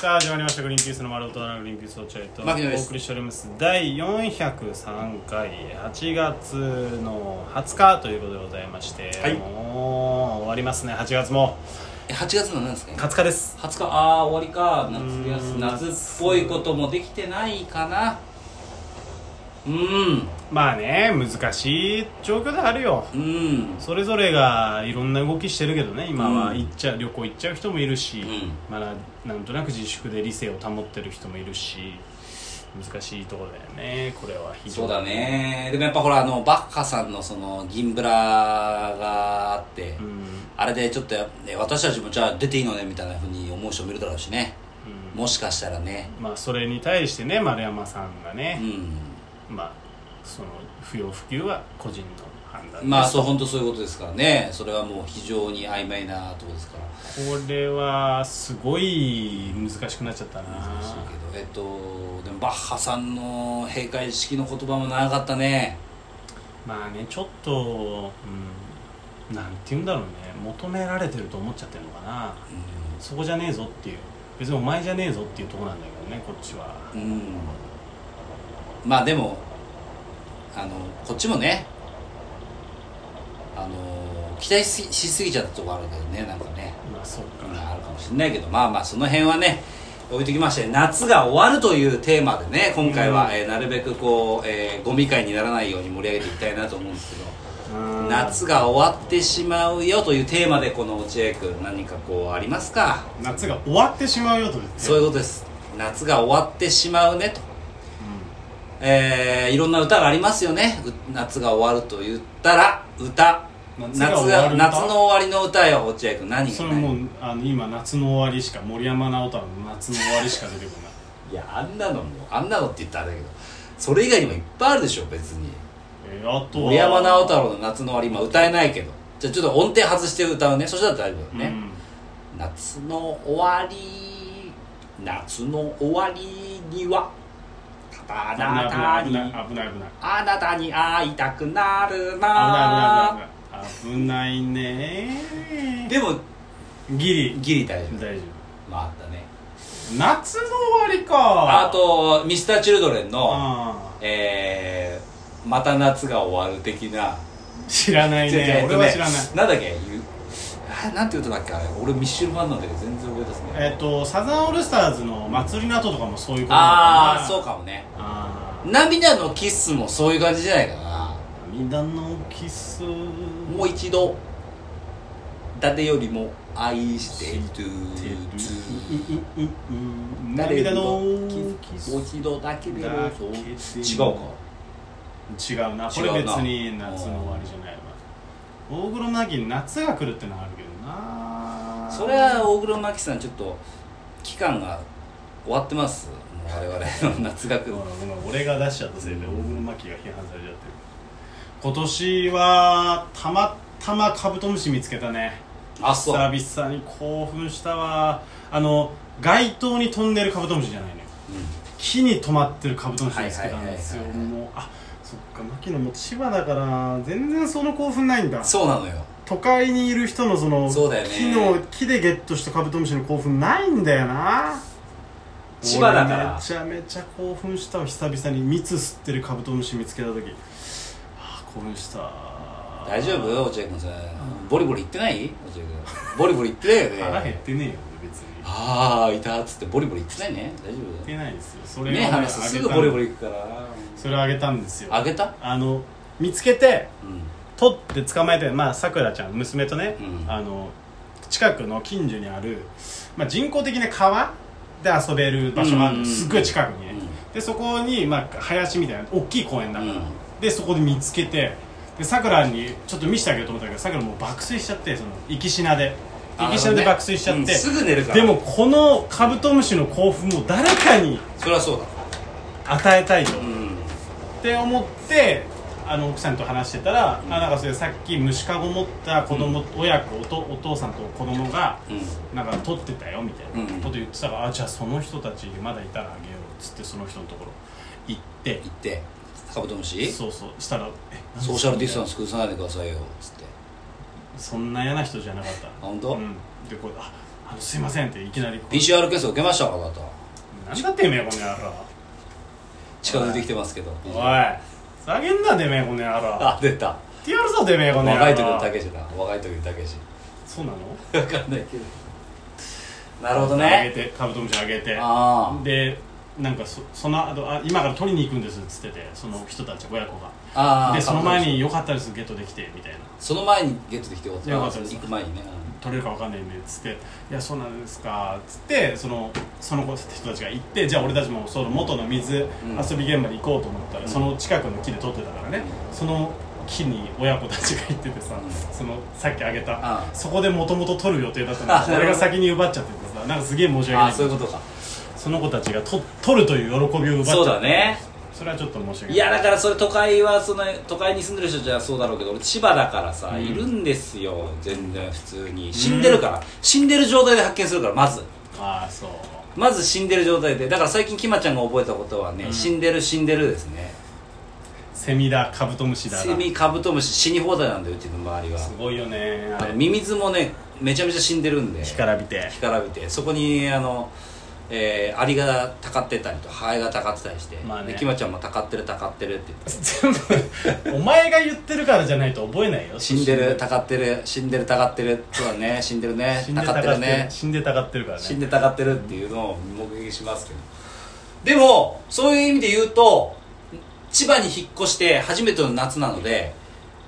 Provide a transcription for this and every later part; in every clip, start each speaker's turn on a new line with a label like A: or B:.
A: さあ始まりました「グリーンピースの丸太のグリーンピースお茶へ」とお
B: 牧野です
A: 送りしております第403回8月の20日ということでございまして、
B: はい
A: もう終わりますね8月も
B: え8月の何ですか今
A: 20日です
B: 20日ああ終わりか夏や
A: うー
B: す
A: ん
B: 夏っぽいこともできてないかなうん
A: まあね難しい状況ではあるよ
B: うん
A: それぞれがいろんな動きしてるけどね今は
B: うん
A: 行っちゃ、う旅行行っちゃう人もいるし、
B: ん
A: まだなんとなく自粛で理性を保ってる人もいるし難しいところだよねこれは非常
B: そ
A: に
B: うだねでもやっぱほらあのバッハさんのその銀ブラがあって、
A: うん、うん
B: あれでちょっと、ね、私たちもじゃあ出ていいのねみたいなふうに思う人もいるだろうしねもしかしたらね
A: まあ、それに対してね丸山さんが
B: う
A: ね、
B: ん
A: まあその不要不急は個人の判断です
B: まあそう本当そういうことですからねそれはもう非常に曖昧なとこですから
A: これはすごい難しくなっちゃったな
B: 難しいけどえっとでもバッハさんの閉会式の言葉も長かったね
A: まあねちょっと、うん、なんて言うんだろうね求められてると思っちゃってるのかな
B: う
A: そこじゃねえぞっていう別にお前じゃねえぞっていうとこなんだけどねこっちは
B: ん、うんまあでもあのこっちもねあの期待ししすぎちゃったとこあるけどねなんかね
A: まあそっか、
B: あるかもしれないけどまあまあその辺はね置いときまして夏が終わるというテーマでね今回は、
A: うん
B: えーなるべくこう、えーゴミ会にならないように盛り上げていきたいなと思うんですけど
A: うん
B: 夏が終わってしまうよというテーマでこの落合君何かこうありますか
A: 夏が終わってしまうよと言って、
B: そういううことです夏が終わってしまうねと、えーいろんな歌がありますよねう夏が終わると言ったら歌
A: 夏が
B: 夏が
A: 終わる歌
B: 夏の終わりの歌よ落合君何
A: ん、
B: が
A: それもうあの今夏の終わりしか森山直太朗の夏の終わりしか出てこない
B: いやあんなのもうあんなのって言ったらあれだけどそれ以外にもいっぱいあるでしょ別に
A: えーあとは
B: 森山直太朗の夏の終わり今歌えないけどじゃあちょっと音程外して歌うねそしたら大丈夫だよね、夏の終わり夏の終わりには
A: う
B: あ
A: ん、
B: なた
A: 危ない
B: に
A: 危ない危ない
B: あなたに会いたくなる
A: 危ない
B: な
A: 危ない危ない危ないね
B: でも
A: ギリ
B: ギリ大丈
A: 大丈
B: 夫まああったね
A: 夫夏の終わりか
B: あと Mr.Children の
A: あー
B: えーまた夏が終わる的な
A: 知らない
B: 違う違
A: ね
B: うえっ
A: 俺
B: と
A: は
B: ね
A: 知らない
B: なんだっけゆあなんて歌だっけあれ俺ミッシュルファンなんだけど全然覚え出せない
A: えっとサザンオールスターズの祭りの後とかもそういうこと
B: ああそう
A: か
B: かもね
A: あ
B: 涙のキッスもそういう感じじゃないかな
A: ー涙のキス
B: もう一度伊達よりも愛してる
A: うううう
B: 誰
A: 涙
B: の
A: の
B: キスもう一度だけで
A: だけ
B: そう
A: で
B: 違うか
A: 違うなこれ別に夏の終わりじゃないわ大黒摩季に夏が来るってのはあるけどな
B: それは大黒摩季さんちょっと期間が終わってますもう我々の夏学
A: ごめんごめん俺が出しちゃったせいで大黒摩季が批判されちゃってる今年はたまたまカブトムシ見つけたね
B: あそううん
A: 久々に興奮したわあの街灯に飛んでるカブトムシじゃないのよ木に止まってるカブトムシを見つけたんですよ
B: はいはいはいはい
A: もうあそっか牧野も千葉だから全然その興奮ないんだ
B: そうなのよ
A: 都会にいる人のその
B: そうだよね
A: 木の木でゲットしたカブトムシの興奮ないんだよな
B: 千葉だから
A: 俺めちゃめちゃ興奮したわ久々に蜜吸ってるカブトムシ見つけた時ああ興奮した
B: 大丈夫落合君さボリボリ言ってない落合君ボリボリ言ってないよ
A: 腹減っ
B: ね
A: てねえよ俺別に
B: ああいたっつってボリボリ言ってないね大丈
A: 言ってないですよそ
B: 夫
A: れ
B: 目
A: あ
B: 離
A: げ
B: す
A: た
B: すぐボリボリいくから
A: それあげたんですよ
B: あげた
A: あの見つけて
B: うん
A: 取って捕まえてまあさくらちゃん娘とね、
B: うん
A: あの近くの近所にある、まあ、人工的な川で遊べる場所がある
B: うんうんうん
A: すっごい近くにね、
B: うん
A: でそこに、まあ、林みたいな大きい公園だから、
B: うん
A: でそこで見つけてでさくらにちょっと見せてあげようと思ったけどさくらもう爆睡しちゃってその行きしなで行きしなで爆睡しちゃって、
B: うんすぐ寝るから
A: でもこのカブトムシの興奮を誰かに
B: そりゃそうだ
A: 与えたいと、
B: うん
A: って思ってあの奥さんと話してたら、あなんかそれさっき虫かご持った子供、親子おとお父さんと子供が
B: う
A: なんか取ってたよみたいな
B: うん
A: こと言ってたから、あじゃあその人たちまだいたらあげようっつってその人のところ行って
B: ん行ってカブトムシ
A: そうそうしたらえなんで
B: ソーシャルディスタンス崩さないでくださいよつって
A: そんな嫌な人じゃなかった
B: あ本当
A: うん、でこうああのすいませんっていきなり
B: PCR 検査受けましたかあなた
A: 何だってめえこの野郎
B: 近づいてきてますけど
A: おいふざげんなてめえこの野郎
B: あ出た
A: ってやるぞてめえこの野郎
B: 若い時のたけしな若い時のたけし
A: そうなの
B: 分かんないけどなるほど
A: あげ
B: ね
A: てカブトムシあげて
B: あ
A: でなんかそその後あ今から取りに行くんですっつっててその人たち親子
B: ああ
A: が
B: あ
A: でその前に「よかったですゲットできて」みたいな
B: その前にゲットできてよ
A: よかったです
B: 行く前にねうん
A: 「取れるかわかんないんで」っつって「いやそうなんですか」っつってそのその子人たちが行ってじゃあ俺たちもその元の水遊
B: ん
A: び現場に行こうと思ったら、
B: うん
A: その近くの木で取ってたからね、その木に親子たちが行っててさ、
B: うん
A: そのさっきあげた、
B: ああ
A: そこでもともと取る予定だった
B: あなる
A: の
B: ほ
A: に
B: ど
A: 俺が先に奪っちゃっててさなんかすげえ申し訳
B: あ
A: な
B: あ
A: い
B: そういうことか
A: その子たちがと取るという喜びを奪っちゃって
B: そうだね
A: それはちょっと申し訳ない
B: いやだからそれ都会はその都会に住んでる人じゃそうだろうけど俺千葉だからさ、
A: うん
B: いるんですよ全然普通に死んでるから、死んでる状態で発見するからまず
A: ああそう
B: まず死んでる状態でだから最近きまちゃんが覚えたことはね、
A: うん
B: 死んでる死んでるですね
A: セミだカブトムシだ
B: セミカブトムシ死に放題なんだようちの周りは
A: すごいよね
B: あ
A: あ
B: の
A: れ
B: ミミズもねめちゃめちゃ死んでるんで
A: 干からびて
B: 干からびてそこにあの、えーアリがたかってたりとハエがたかってたりして、
A: まあね
B: できまちゃんもたかってるたかってるって言って
A: 全部お前が言ってるからじゃないと覚えないよ
B: 死んでるたかってる死んでるたかってるそうだね死んでるね
A: 死んで
B: たかってるね
A: 死んでたかってるからね
B: 死んでたかってるっていうのを目撃しますけどでもそういう意味で言うと千葉に引っ越して初めての夏なので、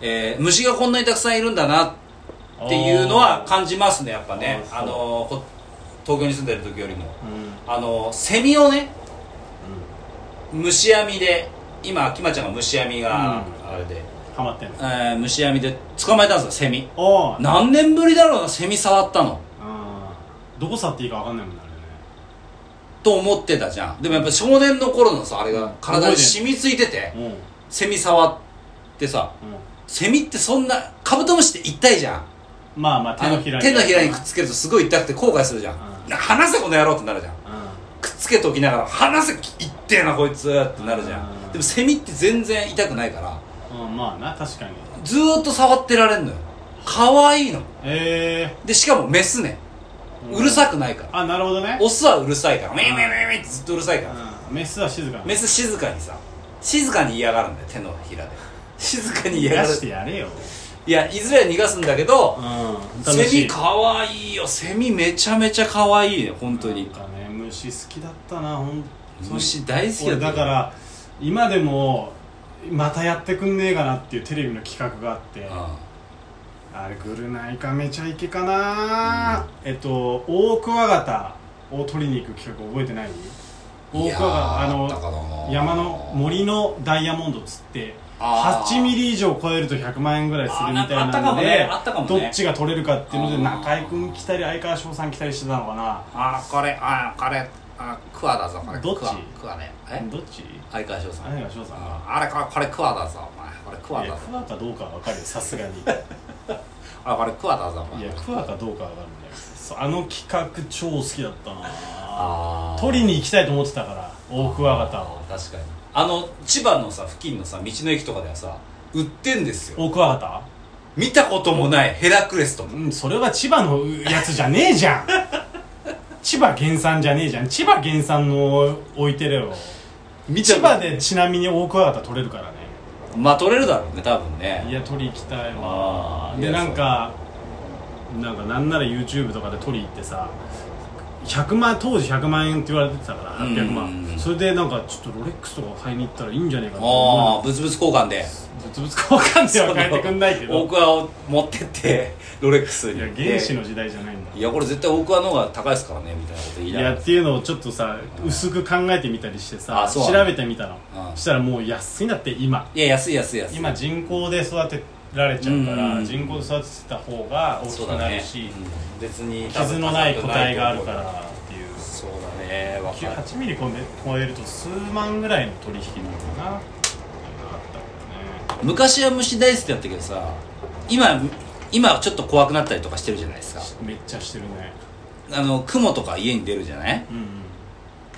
B: えー虫がこんなにたくさんいるんだなっていうのは感じますねやっぱね
A: おー
B: あのーこ東京に住んでる時よりも
A: うんうん
B: あのーセミをね虫網で今きまちゃんが虫網が
A: う
B: あれで、
A: ハマってんの
B: えー虫網で捕まえたんですよセミ
A: おお
B: 何年ぶりだろうなセミ触ったの
A: どこ去っていいか分かんないもんねあれね
B: と思ってたじゃんでもやっぱ少年の頃のさあれが体に染みついてて
A: うんうん
B: セミ触ってさセミってそんなカブトムシって痛いじゃん
A: まあまあ手のひら
B: あの
A: に
B: 手のひらにくっつけるとすごい痛くて後悔するじゃん
A: うん
B: な離せこの野郎ってなるじゃん
A: う
B: くっつけておきながら離せ痛ってえなこいつってなるじゃ
A: うん
B: んでもセミって全然痛くないから
A: んうんまあな確かに
B: ずーっと触ってられんのよ可愛いの
A: え
B: でしかもメスね
A: え
B: うるさくないから
A: あなるほどね
B: オスはうるさいからメメメメってずっとうるさいから
A: うんメスは静かに
B: メス静かにさ静かに嫌がるんだよ手の ひらで静かに嫌
A: 逃
B: が
A: が
B: る
A: してやれよ
B: いやいずれは逃がすんだけど、
A: うん楽
B: セ
A: し
B: ミ
A: い
B: かわいいよセミめちゃめちゃかわいいね本当に
A: なんかね虫好きだったなほん
B: 虫大好き
A: 俺
B: だ
A: だから今でもまたやってくんねえかなっていうテレビの企画があってあ
B: あ
A: れぐるないかめちゃイケかな、えっとオオクワガタを取りに行く企画覚えてないオオクワガタあの山の森のダイヤモンドっつって
B: あー
A: 8ミリ以上超えると100万円ぐらいするみたい
B: あなんか
A: なので、
B: あったかもねあったかも
A: ど
B: ね
A: っちが取れるかっていうの
B: あ
A: で
B: ー
A: 中居君来たり相川翔さん来たりしてたのかな
B: あーこれあーこれあークワだぞこれ
A: どっち
B: クワクワねえ
A: どっち
B: 相川翔さん
A: 相川翔さん
B: あーあれこれこれクワだぞお前これクワ
A: いや
B: だぞ
A: クワかどうかは分かるよさすが に
B: あれこれクワだぞお
A: い
B: 前
A: やクワかどうかは分かるんだよそうあの企画超好きだったな
B: あー
A: 取りに行きたいと思ってたから大クワガタを
B: 確かにあの千葉のさ付近のさ道の駅とかではさ売ってんですよ
A: 大クワガ
B: 見たこともないヘラクレスとか
A: タうんそれは千葉のやつじゃねえじゃ ん千葉原産じゃねえじゃん千葉原産の置いてるよ
B: 見た
A: 千
B: こと
A: 葉でちなみに大クワガタ取れるからね
B: まあ取れるだろうね多分ね
A: いや取り行きたいわ
B: あーい
A: で
B: や
A: なんかなんかなんなら YouTube とかで取り行ってさ100万当時100万円って言われてたから
B: うん
A: 800万それでなんかちょっとロレックスとか買いに行ったらいいんじゃねえか
B: そう
A: と思
B: ああ物々交換で
A: う物々交換では変えてくんないけ
B: その
A: ど
B: オークワを持ってってロレックス
A: い
B: に
A: や
B: 行って
A: 原始の時代じゃないんだ
B: いやこれ絶対オークワの方が高いですからねみたいなこと言い
A: い
B: なが
A: や
B: ら
A: っていうのをちょっとさ薄く考えてみたりしてさ
B: あそう
A: 調
B: なの
A: べてみたの
B: うん
A: したらもう安いんだって今
B: いや安い安い安い
A: 今人工で育てられちゃうか
B: う
A: ら
B: ん
A: 人工で育てた方が大
B: そ
A: き
B: う
A: く
B: だ
A: な
B: ね
A: るし
B: うん別に多分
A: 傷のない個体があるからっていう
B: そうだねわかる
A: 8ミリ超え超えると数万ぐらいの取引なのかなあったもんね
B: 昔は虫大好きだったけどさ今今はちょっと怖くなったりとかしてるじゃないですか
A: めっちゃしてるね
B: あの雲とか家に出るじゃない
A: うんうん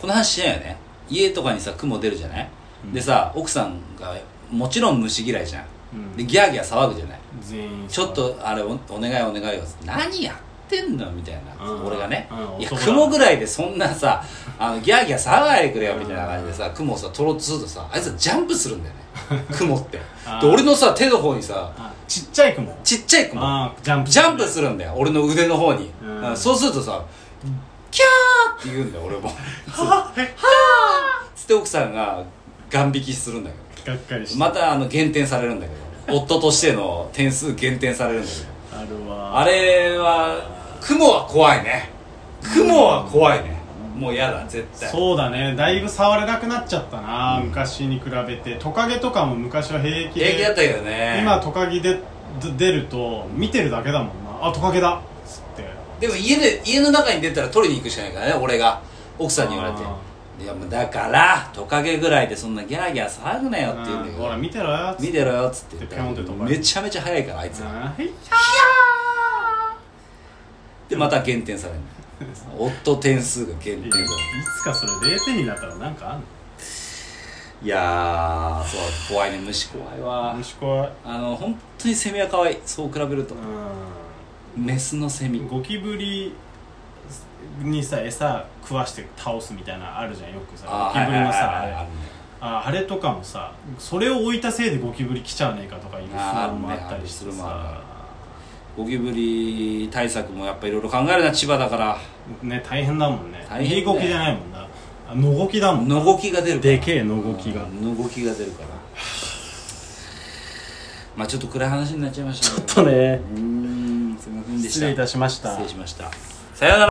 B: この話しないよね家とかにさ雲出るじゃない、
A: うん
B: でさ奥さんがもちろん虫嫌いじゃん
A: うん
B: でギャーギャー騒ぐじゃない
A: 全員
B: ちょっとあれおお願いお願いよ何やっってんのみたいな
A: うん
B: 俺がね
A: うん
B: いや
A: 男だ
B: 雲ぐらいでそんなさあのギャーギャー騒いでくれよみたいな感じでさ雲をさ取ろうとするとさあいつはジャンプするんだよね 雲って
A: あ
B: で
A: ー
B: 俺のさ手の方にさ
A: あちっちゃい雲
B: ちっちゃい雲
A: あージャンプ
B: ジャンプ するんだよ俺の腕の方に、
A: うん
B: うんそうするとさキャーって言うんだよ俺も
A: はぁ
B: つって奥さんが眼引きするんだけど
A: がっかりして
B: またあの減点されるんだけど夫としての点数減点されるんだけど
A: あるわ
B: あれは雲は怖いね雲は怖いねもう嫌だ絶対
A: そうだねだいぶ触れなくなっちゃったな、昔に比べてトカゲとかも昔は平気で
B: 平気だったけどね
A: 今トカゲでで出ると見てるだけだもんなあトカゲだっつって
B: でも家で家の中に出たら取りに行くしかないからね俺が奥さんに言われて
A: あ
B: いやもうだからトカゲぐらいでそんなギャーギャー騒ぐなよって言うんだ
A: うん
B: け
A: ほら
B: ど
A: 見てろよっつって
B: 見てろよっつって言った
A: でピョンって飛
B: ら
A: ばれる
B: めちゃめちゃ速いからあいつら
A: あーはい
B: でまた減点される 夫点数が減
A: い
B: 点
A: い
B: される
A: つかそれ0点になったらなんかあんの
B: いやーそう怖いね虫怖いわ
A: 虫子は
B: あの本当にセミは可愛いそう比べると
A: う
B: メスのセミ
A: んゴキブリにさ餌食わして倒すみたいなのあるじゃんよくさ
B: あ
A: ゴ
B: ー
A: キブリの
B: は
A: さ
B: い
A: あ
B: はいはいはい
A: れああれとかもさそれを置いたせいでゴキブリ来ちゃうねえかとかいう不安もあったりしてさ
B: ゴキブリ対策もやっぱいろいろ考えるな千葉だから
A: ね大変だもんね
B: 大変だよ
A: いいゴキじゃないもんなあのゴキだもん
B: のごきが出るから
A: でけえのごきが
B: うんのごきが出るからまあちょっと暗い話になっちゃいましたち
A: ね
B: うーんすいませんでした
A: 失礼いたしました
B: 失礼しましたさようなら